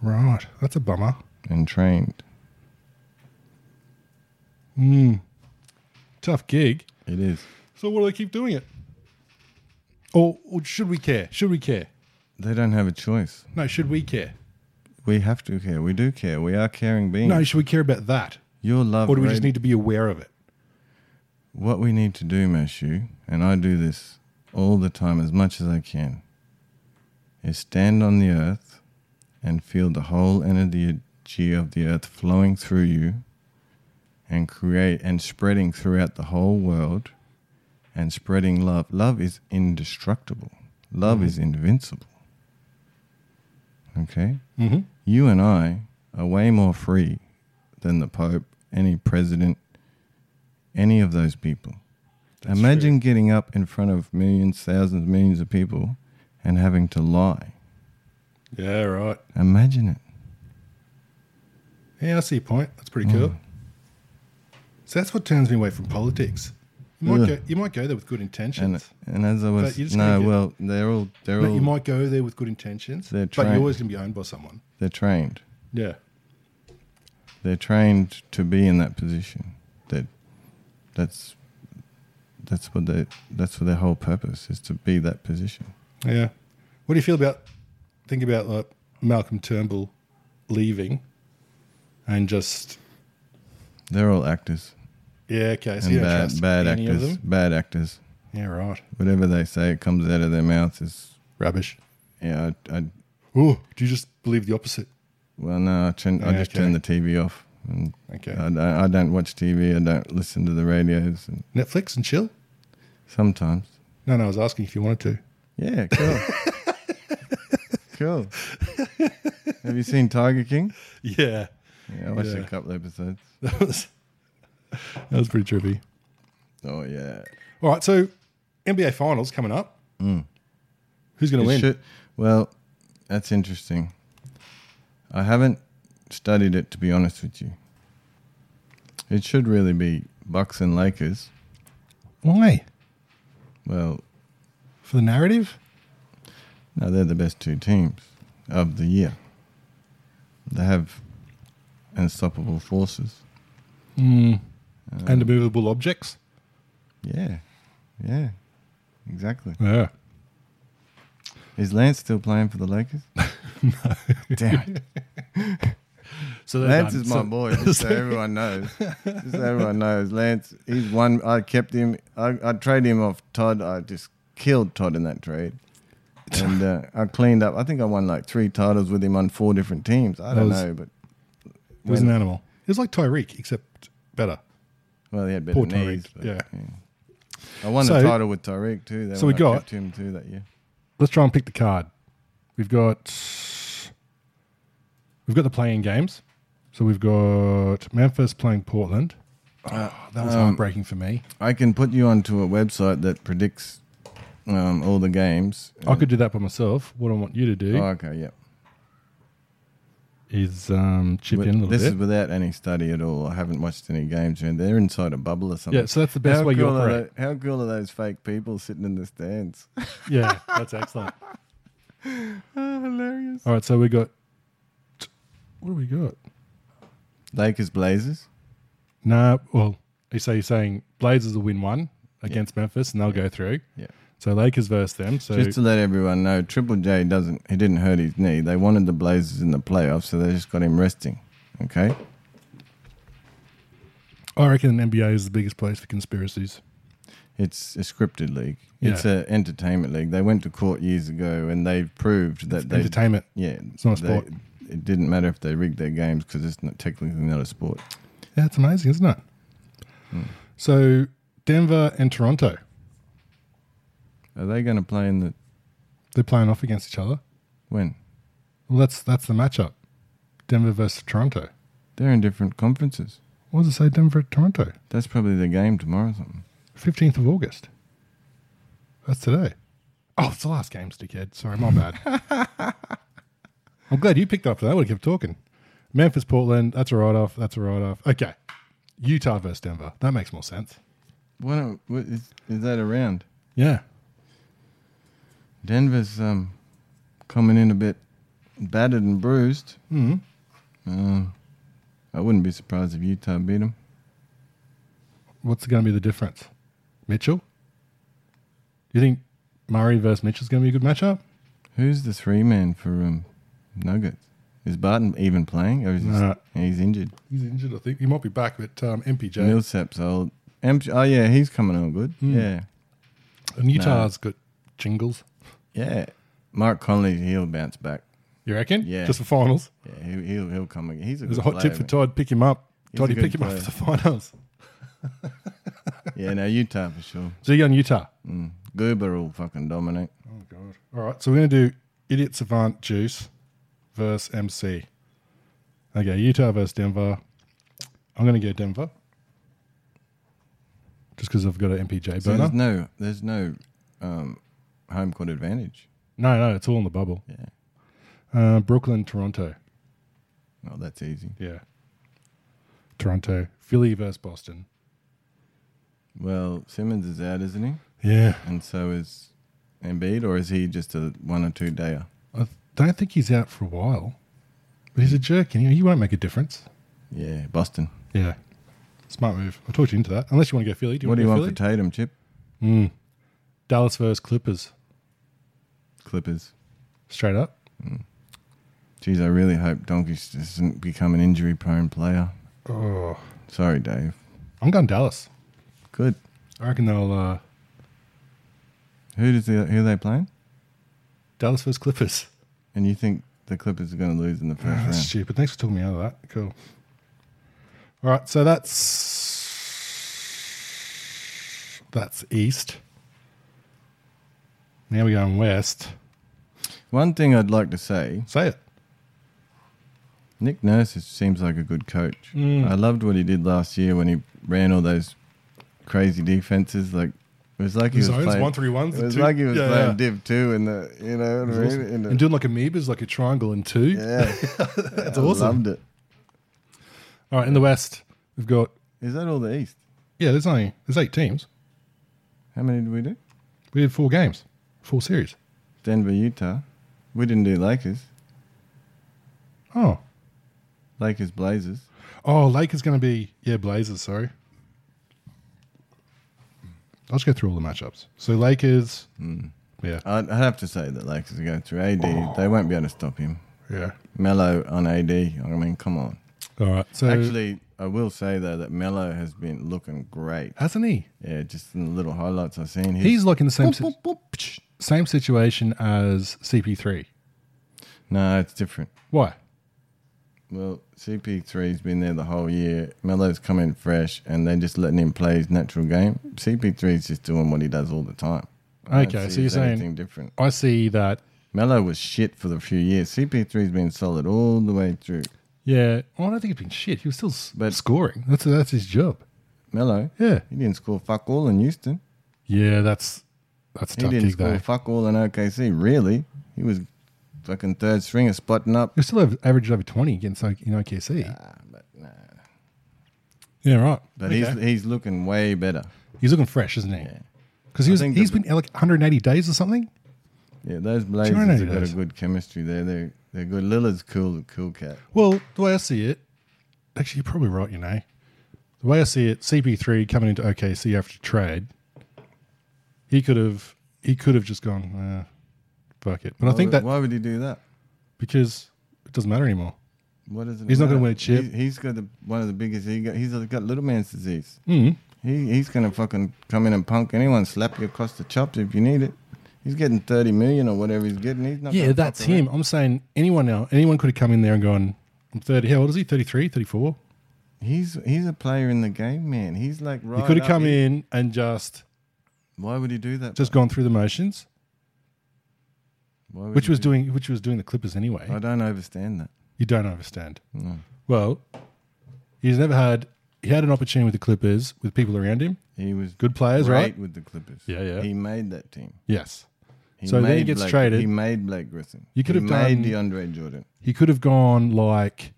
Speaker 6: Right. That's a bummer.
Speaker 5: and trained.
Speaker 6: Tough gig.
Speaker 5: It is.
Speaker 6: So why do they keep doing it? Or, or should we care? Should we care?
Speaker 5: They don't have a choice.
Speaker 6: No, should we care?
Speaker 5: We have to care. We do care. We are caring beings.
Speaker 6: No, should we care about that?
Speaker 5: Your love
Speaker 6: Or do we
Speaker 5: radi-
Speaker 6: just need to be aware of it?
Speaker 5: What we need to do, Mashu, and I do this all the time as much as I can, is stand on the earth and feel the whole energy of the earth flowing through you and create and spreading throughout the whole world and spreading love. Love is indestructible, love is invincible. Okay? Mm-hmm. You and I are way more free than the Pope, any president, any of those people. Imagine getting up in front of millions, thousands, millions of people and having to lie
Speaker 6: Yeah, right.
Speaker 5: Imagine it.
Speaker 6: Yeah, I see your point. That's pretty
Speaker 5: Mm.
Speaker 6: cool. So that's what turns me away from politics. You might,
Speaker 5: Ugh.
Speaker 6: go, you might go there with good
Speaker 5: And
Speaker 6: intentions.
Speaker 5: and as I
Speaker 6: But you're
Speaker 5: was
Speaker 6: just
Speaker 5: no,
Speaker 6: gonna get-
Speaker 5: well, they're all they're
Speaker 6: No,
Speaker 5: all
Speaker 6: you might go there with good intentions,
Speaker 5: They're
Speaker 6: but you're
Speaker 5: trained.
Speaker 6: always going to be owned by someone.
Speaker 5: they're trained.
Speaker 6: Yeah.
Speaker 5: They're trained to be in that position. That that's that's what they that's what their whole purpose is to be that position.
Speaker 6: Yeah. What do you feel about think about like Malcolm Turnbull leaving and just
Speaker 5: They're all actors
Speaker 6: yeah, okay, so
Speaker 5: and
Speaker 6: you don't
Speaker 5: bad
Speaker 6: trust
Speaker 5: bad
Speaker 6: any of
Speaker 5: actors.
Speaker 6: them?
Speaker 5: Bad actors.
Speaker 6: Yeah, right.
Speaker 5: Whatever they say, it comes out of their mouth is
Speaker 6: Rubbish.
Speaker 5: yeah. I, I
Speaker 6: Oh, do you just believe the opposite?
Speaker 5: well no, I, turn, I
Speaker 6: Yeah,
Speaker 5: just
Speaker 6: okay.
Speaker 5: turn the TV off. And
Speaker 6: Okay.
Speaker 5: I, don't- I don't watch TV. I don't listen to the radios. And
Speaker 6: Netflix and chill?
Speaker 5: sometimes
Speaker 6: No, no, I was asking if you wanted to. [LAUGHS]
Speaker 5: Yeah, cool. cool. Have you seen Tiger King?
Speaker 6: Yeah.
Speaker 5: [LAUGHS] Yeah, I watched
Speaker 6: Yeah.
Speaker 5: a couple episodes.
Speaker 6: That was that was pretty trippy.
Speaker 5: Oh yeah.
Speaker 6: All right, so NBA finals coming up.
Speaker 5: Mm.
Speaker 6: Who's gonna
Speaker 5: It
Speaker 6: win?
Speaker 5: should- well, that's interesting. I haven't studied it to be honest with you. It should really be Bucks and Lakers.
Speaker 6: Why?
Speaker 5: Well,
Speaker 6: For the narrative?
Speaker 5: no, they're the best two teams of the year. They have unstoppable forces.
Speaker 6: and immovable objects?
Speaker 5: Yeah. Yeah. Exactly.
Speaker 6: Yeah.
Speaker 5: Is Lance still playing for the Lakers? [LAUGHS] no. Damn [LAUGHS] it.
Speaker 6: So they're
Speaker 5: Lance
Speaker 6: done.
Speaker 5: is my
Speaker 6: So- [LAUGHS]
Speaker 5: boy, just so everyone knows. Just so everyone knows. Lance, he's one. I kept him. I, I traded him off Todd. I just killed Todd in that trade. And uh, I cleaned up. I think I won like three titles with him on four different teams. I don't
Speaker 6: was-
Speaker 5: know, but
Speaker 6: He was an animal. He was like Tyreek, except better.
Speaker 5: well, he had better
Speaker 6: Poor
Speaker 5: knees.
Speaker 6: Tyreek.
Speaker 5: but,
Speaker 6: Yeah.
Speaker 5: I won
Speaker 6: So-
Speaker 5: a title with Tyreek too. That
Speaker 6: so we
Speaker 5: one I
Speaker 6: got-
Speaker 5: kept him too that year.
Speaker 6: Let's try and pick the card. We've got we've got the playing games. So we've got Memphis playing Portland.
Speaker 5: Uh,
Speaker 6: Oh, that was
Speaker 5: um,
Speaker 6: heartbreaking for me.
Speaker 5: I can put you onto a website that predicts um, all the games.
Speaker 6: I could do that by myself. What I want you to do
Speaker 5: Oh, okay, yeah.
Speaker 6: is um, chip in a little
Speaker 5: this
Speaker 6: bit.
Speaker 5: is without any study at all. I haven't watched any games, and they're inside a bubble or something.
Speaker 6: Yeah, so that's the best way you
Speaker 5: cool are
Speaker 6: operate.
Speaker 5: tho- how cool are those fake people sitting in the stands?
Speaker 6: [LAUGHS] yeah, that's excellent.
Speaker 5: Hilarious.
Speaker 6: All right, so we got what do we got?
Speaker 5: Lakers Blazers.
Speaker 6: Nah, well, you say you're saying Blazers will win one against Memphis, and they'll go through.
Speaker 5: Yeah.
Speaker 6: So Lakers versus them. So
Speaker 5: Just to let everyone know, Triple J doesn't. He didn't hurt his knee. They wanted the Blazers in the playoffs, so they just got him resting. Okay.
Speaker 6: I reckon NBA is the biggest place for conspiracies.
Speaker 5: It's a scripted league. It's
Speaker 6: Yeah.
Speaker 5: an entertainment league. They went to court years ago, and they've proved that they
Speaker 6: Entertainment.
Speaker 5: Yeah,
Speaker 6: It's not a
Speaker 5: they-
Speaker 6: sport.
Speaker 5: it didn't matter if they rigged their games because it's not, technically not a sport.
Speaker 6: Yeah, it's amazing, isn't it?
Speaker 5: Hmm.
Speaker 6: So Denver and Toronto,
Speaker 5: Are they going to play in the
Speaker 6: they're playing off against each other.
Speaker 5: when?
Speaker 6: Well, that's that's the matchup. Denver versus Toronto.
Speaker 5: They're in different conferences.
Speaker 6: What does it say? Denver at Toronto,
Speaker 5: That's probably the game tomorrow or something.
Speaker 6: fifteenth of August. That's today. Oh, it's the last game, stickhead. Sorry, my [LAUGHS] bad. I'm glad you picked up for that. I would have kept talking. Memphis, Portland. That's a write-off. That's a write-off. Okay, Utah versus Denver. That makes more sense.
Speaker 5: Why don't, what is, is that around?
Speaker 6: Yeah.
Speaker 5: Denver's um, coming in a bit battered and bruised. Mm.
Speaker 6: Mm-hmm.
Speaker 5: I wouldn't be surprised if Utah beat them.
Speaker 6: what's going to be the difference? Mitchell? You think Murray versus Mitchell's going to be a good matchup?
Speaker 5: Who's the three man for um, Nuggets? Is Barton even playing? Or is he-
Speaker 6: No.
Speaker 5: he's injured.
Speaker 6: He's injured, I think. He might be back, but um, MPJ
Speaker 5: Millsap's old. Em- oh, yeah, he's coming on good.
Speaker 6: Hmm.
Speaker 5: Yeah.
Speaker 6: and Utah's got jingles.
Speaker 5: Yeah. Mark Conley, he'll bounce back.
Speaker 6: You reckon?
Speaker 5: Yeah.
Speaker 6: Just for finals.
Speaker 5: Yeah, he, he'll, he'll come again. He's a
Speaker 6: There's a
Speaker 5: good
Speaker 6: hot
Speaker 5: player,
Speaker 6: tip for
Speaker 5: man.
Speaker 6: Todd. Pick him up.
Speaker 5: He's
Speaker 6: Todd,
Speaker 5: a
Speaker 6: you pick
Speaker 5: good
Speaker 6: him up
Speaker 5: player.
Speaker 6: for the finals.
Speaker 5: Yeah, no, Utah for sure.
Speaker 6: So you're going Utah.
Speaker 5: Goober will fucking dominate.
Speaker 6: Oh, God. All right. So we're going to do Idiot Savant Juice versus MC. Okay. Utah versus Denver. I'm going to go Denver. Just because I've got an MPJ
Speaker 5: So
Speaker 6: burner.
Speaker 5: there's no, there's no um, home court advantage.
Speaker 6: No, no, it's all in the bubble.
Speaker 5: Yeah.
Speaker 6: Uh, Brooklyn, Toronto.
Speaker 5: Oh, that's easy.
Speaker 6: Yeah. Toronto. Philly versus Boston.
Speaker 5: Well, Simmons is out, isn't he?
Speaker 6: Yeah.
Speaker 5: And so is Embiid, or is he just a one or two dayer?
Speaker 6: I th- don't think he's out for a while, but he's a jerk, and you know, he won't make a difference.
Speaker 5: Yeah, Boston.
Speaker 6: Yeah. Smart move. I'll talk you into that. Unless you want to go Philly. Do you
Speaker 5: what do
Speaker 6: want to
Speaker 5: you
Speaker 6: go Philly?
Speaker 5: want for Tatum, Chip?
Speaker 6: Dallas versus Clippers.
Speaker 5: Clippers.
Speaker 6: Straight up.
Speaker 5: Geez, I really hope Doncic doesn't become an injury-prone player.
Speaker 6: Oh.
Speaker 5: Sorry, Dave.
Speaker 6: I'm going Dallas.
Speaker 5: Good.
Speaker 6: I reckon they'll uh,
Speaker 5: Who does the, who are they playing?
Speaker 6: Dallas versus Clippers. [LAUGHS]
Speaker 5: And you think the Clippers are going to lose in the first round?
Speaker 6: That's stupid. Thanks for talking me out of that. Cool. All right, so that's that's east. Now we're going west.
Speaker 5: One thing I'd like to say:
Speaker 6: Say it.
Speaker 5: Nick Nurse is, seems like a good coach.
Speaker 6: Mm.
Speaker 5: I loved what he did last year when he ran all those crazy defenses. Like it was like he
Speaker 6: The
Speaker 5: was
Speaker 6: zones,
Speaker 5: playing
Speaker 6: one, three, ones,
Speaker 5: It
Speaker 6: the
Speaker 5: was
Speaker 6: two-
Speaker 5: like he was
Speaker 6: yeah,
Speaker 5: playing
Speaker 6: yeah.
Speaker 5: Div Two in the you know what I mean? In the-
Speaker 6: And doing like amoebas, like a triangle and two.
Speaker 5: yeah,
Speaker 6: [LAUGHS] That's
Speaker 5: I
Speaker 6: awesome.
Speaker 5: Loved it.
Speaker 6: All right, in the west, we've got
Speaker 5: Is that all the East?
Speaker 6: yeah. There's only there's eight teams.
Speaker 5: How many did we do?
Speaker 6: We did four games, four series.
Speaker 5: Denver, Utah. We didn't do Lakers.
Speaker 6: Oh,
Speaker 5: Lakers, Blazers.
Speaker 6: oh, Lakers going to be yeah Blazers. Sorry. I'll just go through all the matchups. So Lakers,
Speaker 5: Hmm.
Speaker 6: yeah,
Speaker 5: I'd, I'd have to say that Lakers are going through AD. They won't be able to stop him.
Speaker 6: yeah.
Speaker 5: Mello on AD. I mean, come on.
Speaker 6: All right. So
Speaker 5: Actually, I will say though that Mello has been looking great.
Speaker 6: hasn't he?
Speaker 5: Yeah, just in the little highlights I've seen.
Speaker 6: He's like in the same
Speaker 5: Boop,
Speaker 6: si-
Speaker 5: boop, boop, psh.
Speaker 6: same situation as CP3.
Speaker 5: No, it's different.
Speaker 6: Why?
Speaker 5: Well, CP3's been there the whole year. Melo's come in fresh, and they're just letting him play his natural game. CP3's just doing what he does all the time. I don't
Speaker 6: Okay, so
Speaker 5: see
Speaker 6: you're
Speaker 5: as
Speaker 6: saying-
Speaker 5: anything different?
Speaker 6: I see that.
Speaker 5: Mello was shit for the few years. CP3's been solid all the way through.
Speaker 6: Yeah, well, I don't think he's been shit. He was still s-
Speaker 5: But-
Speaker 6: scoring. That's that's his job.
Speaker 5: Mello,
Speaker 6: Yeah,
Speaker 5: he didn't score fuck all in Houston.
Speaker 6: yeah. That's that's a
Speaker 5: He
Speaker 6: tough
Speaker 5: didn't
Speaker 6: gig
Speaker 5: score
Speaker 6: though. He
Speaker 5: fuck all in OKC. Really, he was fucking third stringer, spotting up.
Speaker 6: was still av- averaged over twenty against like in OKC.
Speaker 5: Ah, but no.
Speaker 6: yeah, right.
Speaker 5: But he's
Speaker 6: Okay.
Speaker 5: he's looking way better.
Speaker 6: he's looking fresh, isn't he? Because
Speaker 5: I
Speaker 6: he was
Speaker 5: think
Speaker 6: he's
Speaker 5: the-
Speaker 6: been out, like 180 days or something.
Speaker 5: Yeah, those Blazers
Speaker 6: know he
Speaker 5: have got
Speaker 6: does?
Speaker 5: a good chemistry there. They're they're good. Lillard's cool, cool cat.
Speaker 6: Well, the way I see it, actually, you're probably right, you know. The way I see it, CP3 coming into OKC after trade, he could have he could have just gone, uh, fuck it. But I think that
Speaker 5: why would he do that?
Speaker 6: because it doesn't matter anymore.
Speaker 5: What is it?
Speaker 6: He's not gonna
Speaker 5: about?
Speaker 6: win a chip.
Speaker 5: He, has got the, one of the biggest. He got, he's got little man's disease.
Speaker 6: Mm-hmm.
Speaker 5: He he's gonna fucking come in and punk anyone, slap you across the chops if you need it. He's getting thirty million or whatever he's getting. He's not.
Speaker 6: Yeah,
Speaker 5: gonna
Speaker 6: that's
Speaker 5: fuck around.
Speaker 6: him. I'm saying anyone now, anyone could have come in there and gone, I'm 30. How old is he? 33, 34?
Speaker 5: He's he's a player in the game, man. He's like right.
Speaker 6: He could have
Speaker 5: up
Speaker 6: come
Speaker 5: here.
Speaker 6: in and just
Speaker 5: Why would he do that?
Speaker 6: just gone through the motions,
Speaker 5: Why would
Speaker 6: which
Speaker 5: he
Speaker 6: was
Speaker 5: do-
Speaker 6: doing which was doing the Clippers anyway.
Speaker 5: I don't understand that.
Speaker 6: You don't understand. Well, he's never had. He had an opportunity with the Clippers, with people around him.
Speaker 5: He was
Speaker 6: Good players,
Speaker 5: great
Speaker 6: right?
Speaker 5: with the Clippers.
Speaker 6: Yeah, yeah.
Speaker 5: He made that team.
Speaker 6: Yes.
Speaker 5: He
Speaker 6: So then he
Speaker 5: made
Speaker 6: gets
Speaker 5: Blake-
Speaker 6: traded.
Speaker 5: He made Blake Griffin.
Speaker 6: You could
Speaker 5: He
Speaker 6: have
Speaker 5: made
Speaker 6: done-
Speaker 5: DeAndre Jordan.
Speaker 6: He could have gone like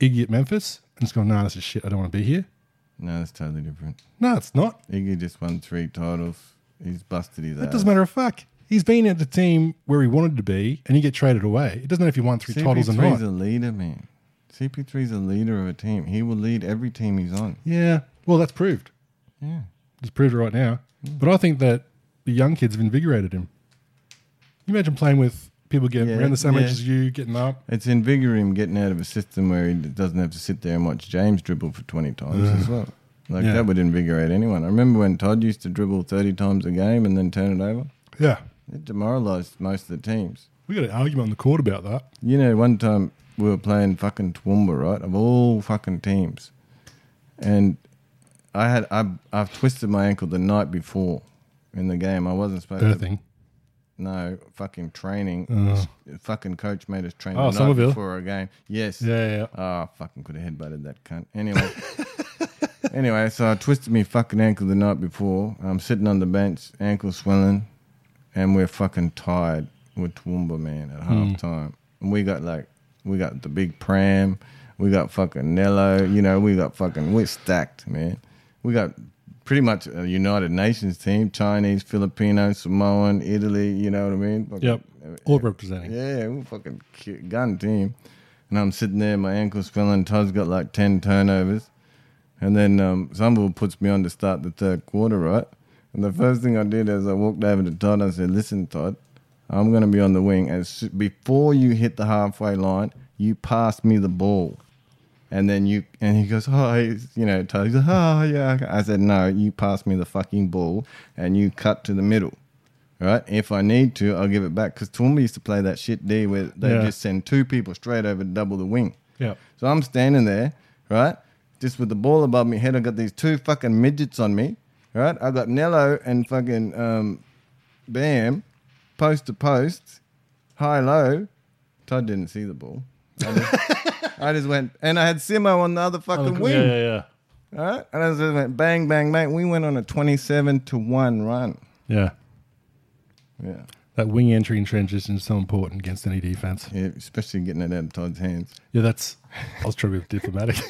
Speaker 6: Iggy at Memphis and just gone, nah, this is shit. I don't want to be here.
Speaker 5: No, that's totally different.
Speaker 6: No, it's not.
Speaker 5: Iggy just won three titles. He's busted his
Speaker 6: It
Speaker 5: ass.
Speaker 6: doesn't matter a fuck. He's been at the team where he wanted to be and you get traded away. It doesn't matter if you won three titles or
Speaker 5: CP3's a
Speaker 6: not.
Speaker 5: leader, man. CP3's a leader of a team. He will lead every team he's on.
Speaker 6: Yeah. Well, that's proved.
Speaker 5: Yeah. Mm.
Speaker 6: It's proved it right now. But I think that the young kids have invigorated him. You imagine playing with people getting
Speaker 5: Yeah,
Speaker 6: around the same age
Speaker 5: yeah.
Speaker 6: as you, getting up.
Speaker 5: It's invigorating getting out of a system where he doesn't have to sit there and watch James dribble for 20 times as well. Like,
Speaker 6: Yeah.
Speaker 5: that would invigorate anyone. I remember when Todd used to dribble 30 times a game and then turn it over.
Speaker 6: Yeah.
Speaker 5: It demoralized most of the teams.
Speaker 6: We got an argument on the court about that.
Speaker 5: You know, one time we were playing fucking Toowoomba, right? Of all fucking teams, and I had I I've twisted my ankle the night before in the game. I wasn't supposed
Speaker 6: Earthing.
Speaker 5: to. No, fucking training. Fucking coach made us train
Speaker 6: Oh,
Speaker 5: the night
Speaker 6: Somerville.
Speaker 5: before a game. Yes.
Speaker 6: Yeah, yeah, yeah.
Speaker 5: Oh, fucking could have headbutted that cunt. Anyway. [LAUGHS] anyway, so I twisted me fucking ankle the night before. I'm sitting on the bench, ankle swelling, and we're fucking tired with Toowoomba, man, at half time. And we got like, we got the big pram, we got fucking Nello, you know, we got fucking, we're stacked, man. We got pretty much a United Nations team: Chinese, Filipino, Samoan, Italy. You know what I mean? Fucking-
Speaker 6: Yep. All representing.
Speaker 5: Yeah, we fucking cute gun team. And I'm sitting there, my ankle's feeling. Todd's got like ten turnovers, and then um, Zumble puts me on to start the third quarter, right? And the first thing I did is I walked over to Todd. I said, "Listen, Todd, I'm going to be on the wing. As soo- before you hit the halfway line, you pass me the ball." And then you and he goes, oh, he's, you know, Todd's like, oh yeah. I said, no, you pass me the fucking ball and you cut to the middle, right? If I need to, I'll give it back because Toowoomba used to play that shit D where they
Speaker 6: Yeah.
Speaker 5: just send two people straight over to double the wing.
Speaker 6: Yep.
Speaker 5: So I'm standing there, right? Just with the ball above my head, I got these two fucking midgets on me, right? I got Nello and fucking um, Bam, post to post, high low. Todd didn't see the ball.
Speaker 6: [LAUGHS]
Speaker 5: I just, I just went, and I had Simo on the other fucking wing.
Speaker 6: Yeah, yeah, yeah.
Speaker 5: All right, and I just went bang, bang, bang. We went on a twenty-seven to one run.
Speaker 6: Yeah.
Speaker 5: Yeah.
Speaker 6: That wing entry and transition is so important against any defense.
Speaker 5: yeah, especially getting it out of Todd's hands.
Speaker 6: Yeah, that's. I was trying to be diplomatic. [LAUGHS]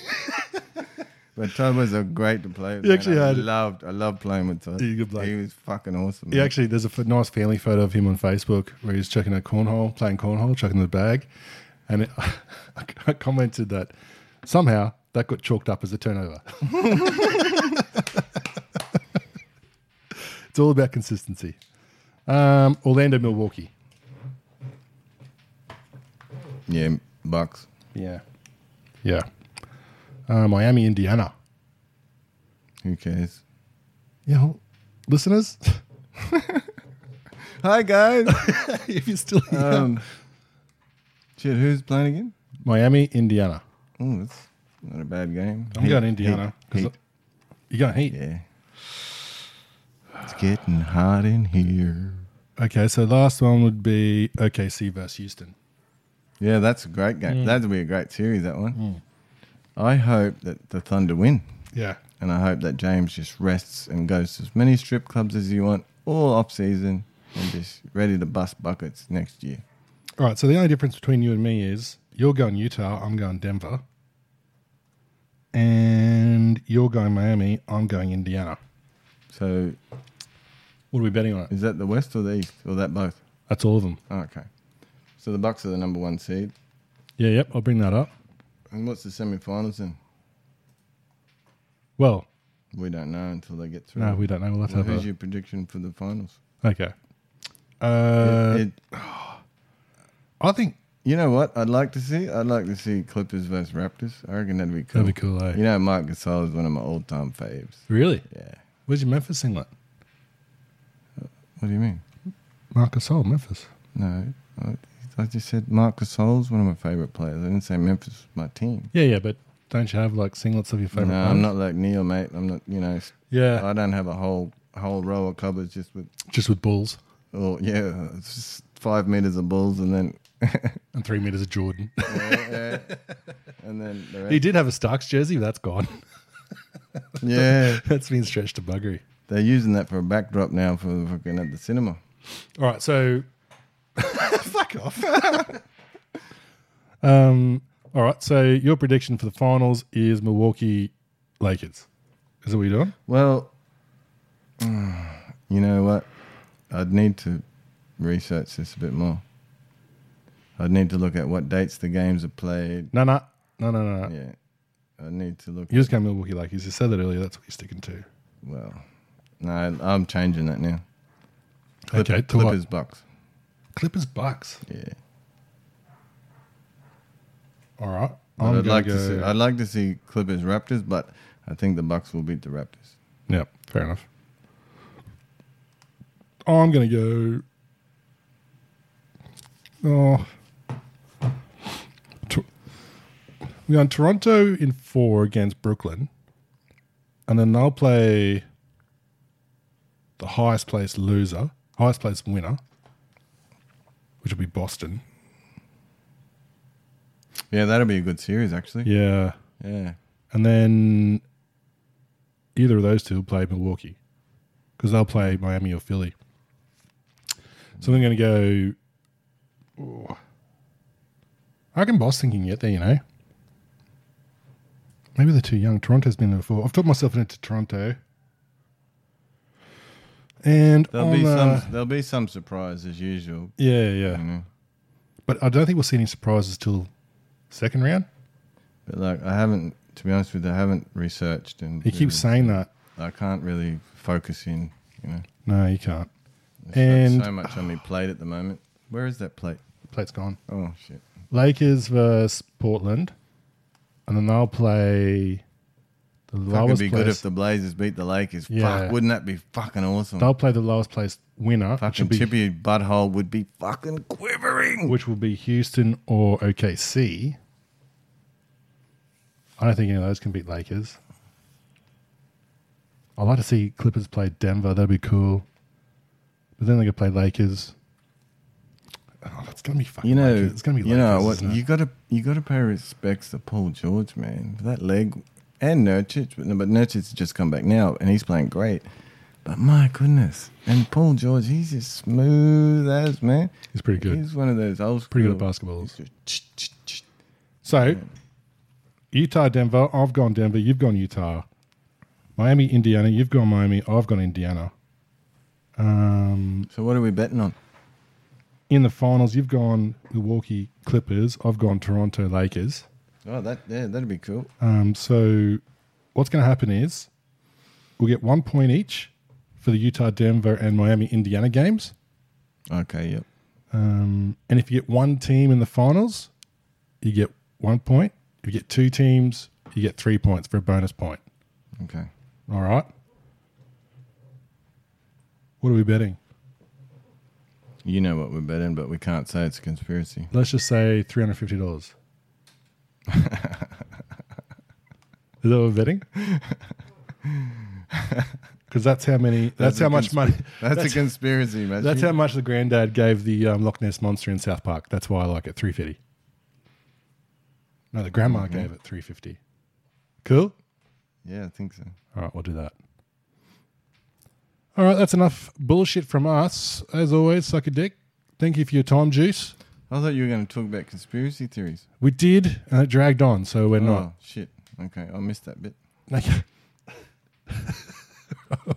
Speaker 5: But Todd was a great to play. with,
Speaker 6: He
Speaker 5: man.
Speaker 6: actually
Speaker 5: I
Speaker 6: had-
Speaker 5: loved, I loved playing with Todd.
Speaker 6: He could play.
Speaker 5: He was fucking awesome.
Speaker 6: yeah,
Speaker 5: man.
Speaker 6: actually, there's a f- nice family photo of him on Facebook where he's chucking a cornhole, playing cornhole, chucking the bag. And it, [LAUGHS] I, I commented that somehow that got chalked up as a turnover. [LAUGHS] it's all about consistency. Um, Orlando, Milwaukee.
Speaker 5: yeah, Bucks.
Speaker 6: Yeah. Yeah. Uh, Miami, Indiana.
Speaker 5: Who cares?
Speaker 6: Yeah, well, listeners,
Speaker 5: Hi [LAUGHS] guys.
Speaker 6: [LAUGHS] if you're still here.
Speaker 5: um, shit, who's playing again?
Speaker 6: Miami, Indiana.
Speaker 5: Oh, that's not a bad game.
Speaker 6: I'm going Indiana.
Speaker 5: Heat.
Speaker 6: 'cause you going Heat?
Speaker 5: Yeah. It's getting hot in here.
Speaker 6: Okay, so last one would be OKC versus Houston.
Speaker 5: Yeah, that's a great game.
Speaker 6: Mm.
Speaker 5: That'd be a great series, that one. I hope that the Thunder win.
Speaker 6: Yeah.
Speaker 5: And I hope that James just rests and goes to as many strip clubs as he want all off season and just ready to bust buckets next year.
Speaker 6: All right, so the only difference between you and me is you're going Utah, I'm going Denver. And you're going Miami, I'm going Indiana.
Speaker 5: So
Speaker 6: What are we betting on it?
Speaker 5: is that the West or the East? Or that both?
Speaker 6: That's all of them.
Speaker 5: Oh, okay. So the Bucks are the number one seed.
Speaker 6: Yeah, yep, I'll bring that up.
Speaker 5: And what's the semifinals then?
Speaker 6: Well,
Speaker 5: We don't know until they get through.
Speaker 6: no, we don't know. Hmm. We'll have to
Speaker 5: Well,
Speaker 6: have
Speaker 5: who's
Speaker 6: a,
Speaker 5: your prediction for the finals?
Speaker 6: Okay. Uh,
Speaker 5: It-
Speaker 6: I think
Speaker 5: You know what? I'd like to see. I'd like to see Clippers versus Raptors. I reckon that'd be cool.
Speaker 6: That'd be cool, eh?
Speaker 5: You know, Mark Gasol is one of my all-time faves.
Speaker 6: Really?
Speaker 5: Yeah.
Speaker 6: Where's your Memphis singlet?
Speaker 5: What do you mean?
Speaker 6: Marcus Hall, Memphis.
Speaker 5: No, I, I just said Mark Gasol's one of my favorite players. I didn't say Memphis was my team.
Speaker 6: Yeah, yeah, but don't you have like singlets of your favorite?
Speaker 5: no, I'm
Speaker 6: players?
Speaker 5: not like Neil, mate. I'm not. You know. s-
Speaker 6: Yeah.
Speaker 5: I don't have a whole whole row of cupboards just with.
Speaker 6: Just with balls
Speaker 5: Oh yeah, it's just five meters of balls and then [LAUGHS]
Speaker 6: and three meters of Jordan.
Speaker 5: and then
Speaker 6: he [LAUGHS]
Speaker 5: the rest.
Speaker 6: did have a Starks jersey. That's gone.
Speaker 5: yeah.
Speaker 6: [LAUGHS] That's been stretched to buggery.
Speaker 5: They're using that for a backdrop now for the fucking at the cinema.
Speaker 6: All right, so [LAUGHS] fuck off. [LAUGHS] um, all right, so your prediction for the finals is Milwaukee Lakers. Is that what you're doing?
Speaker 5: Well, [SIGHS] you know what? I'd need to research this a bit more. I'd need to look at what dates the games are played.
Speaker 6: No, no, no, no, no. no.
Speaker 5: Yeah, I need to look.
Speaker 6: You just going Milwaukee Lakers. You said that earlier. That's what you're sticking to.
Speaker 5: Well, no, I'm changing that now. Clip-
Speaker 6: okay, to what?
Speaker 5: Clippers Bucks.
Speaker 6: Clippers Bucks.
Speaker 5: Yeah,
Speaker 6: All right.
Speaker 5: But I'd
Speaker 6: gonna
Speaker 5: like to
Speaker 6: go-
Speaker 5: see. I'd like to see Clippers Raptors, but I think the Bucks will beat the Raptors.
Speaker 6: Yeah, fair enough. I'm going to go. Oh. Tor- We're on Toronto in four against Brooklyn. And then they'll play the highest place loser, highest place winner, which will be Boston.
Speaker 5: Yeah, that'll be a good series actually.
Speaker 6: Yeah.
Speaker 5: Yeah.
Speaker 6: And then either of those two will play Milwaukee because they'll play Miami or Philly. So I'm going to go. oh, I reckon Boston can get there, you know. Maybe they're too young. Toronto's been there before. I've talked myself into Toronto. And
Speaker 5: There'll
Speaker 6: on uh,
Speaker 5: be
Speaker 6: the-
Speaker 5: some. Mm-hmm. There'll be some surprise as usual.
Speaker 6: Yeah, yeah.
Speaker 5: know.
Speaker 6: But I don't think we'll see any surprises till second round.
Speaker 5: But like, I haven't. To be honest with you, I haven't researched, and
Speaker 6: He keeps saying that.
Speaker 5: I can't really focus in. You know,
Speaker 6: No, you can't.
Speaker 5: There's
Speaker 6: And
Speaker 5: so much on me plate at the moment. Where is that plate?
Speaker 6: plate's gone.
Speaker 5: Oh shit!
Speaker 6: Lakers versus Portland, and then they'll play the
Speaker 5: That would
Speaker 6: lowest
Speaker 5: be
Speaker 6: place.
Speaker 5: good if the Blazers beat the Lakers.
Speaker 6: Yeah.
Speaker 5: Fuck, wouldn't that be fucking awesome?
Speaker 6: they'll play the lowest place winner, which will,
Speaker 5: fucking
Speaker 6: be,
Speaker 5: chippy butthole would be fucking quivering.
Speaker 6: which will be Houston or OKC. I don't think any of those can beat Lakers. I'd like to see Clippers play Denver. That'd be cool. But then they could play Lakers. Oh, it's gonna be fucking.
Speaker 5: You know,
Speaker 6: Lakers. it's gonna be.
Speaker 5: you
Speaker 6: Lakers,
Speaker 5: know what?
Speaker 6: isn't it?
Speaker 5: You gotta you gotta pay respects to Paul George, man. That leg and Nurkic, but, but Nurkic's just come back now and he's playing great. But my goodness, and Paul George, he's as smooth as man.
Speaker 6: He's pretty good.
Speaker 5: He's one of those old school.
Speaker 6: Pretty good at basketball.
Speaker 5: He's just-
Speaker 6: So, Utah, Denver. I've gone Denver. You've gone Utah. Miami, Indiana. You've gone Miami. I've gone Indiana. Um,
Speaker 5: So what are we betting on?
Speaker 6: in the finals, you've gone Milwaukee Clippers. I've gone Toronto Lakers.
Speaker 5: Oh, that yeah, that'd be cool.
Speaker 6: Um, so, what's going to happen is we'll get one point each for the Utah, Denver, and Miami, Indiana games.
Speaker 5: Okay, yep.
Speaker 6: Um, and if you get one team in the finals, you get one point. If you get two teams, you get three points for a bonus point.
Speaker 5: Okay.
Speaker 6: All right. What are we betting?
Speaker 5: You know what we're betting, but we can't say it's a conspiracy.
Speaker 6: Let's just say three hundred fifty dollars. [LAUGHS] Is that what we're
Speaker 5: [LAUGHS]
Speaker 6: betting? Because that's how many. That's,
Speaker 5: a
Speaker 6: how much
Speaker 5: consp-
Speaker 6: money.
Speaker 5: [LAUGHS]
Speaker 6: [LAUGHS]
Speaker 5: That's,
Speaker 6: that's,
Speaker 5: a conspiracy, man.
Speaker 6: that's how much the granddad gave the um, Loch Ness monster in South Park. That's why I like it. Three fifty. No, the grandma
Speaker 5: Mm-hmm.
Speaker 6: gave it three fifty. Cool.
Speaker 5: Yeah, I think so.
Speaker 6: All right, we'll do that. All right, that's enough bullshit from us. As always, suck a dick. Thank you for your time, Juice.
Speaker 5: I thought you were going to talk about conspiracy theories.
Speaker 6: We did, and it dragged on, so we're
Speaker 5: Oh shit! Okay, I
Speaker 6: [LAUGHS]
Speaker 5: missed that bit.
Speaker 6: not. Like-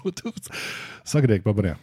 Speaker 6: We'll do- suck a dick. Bye bye now.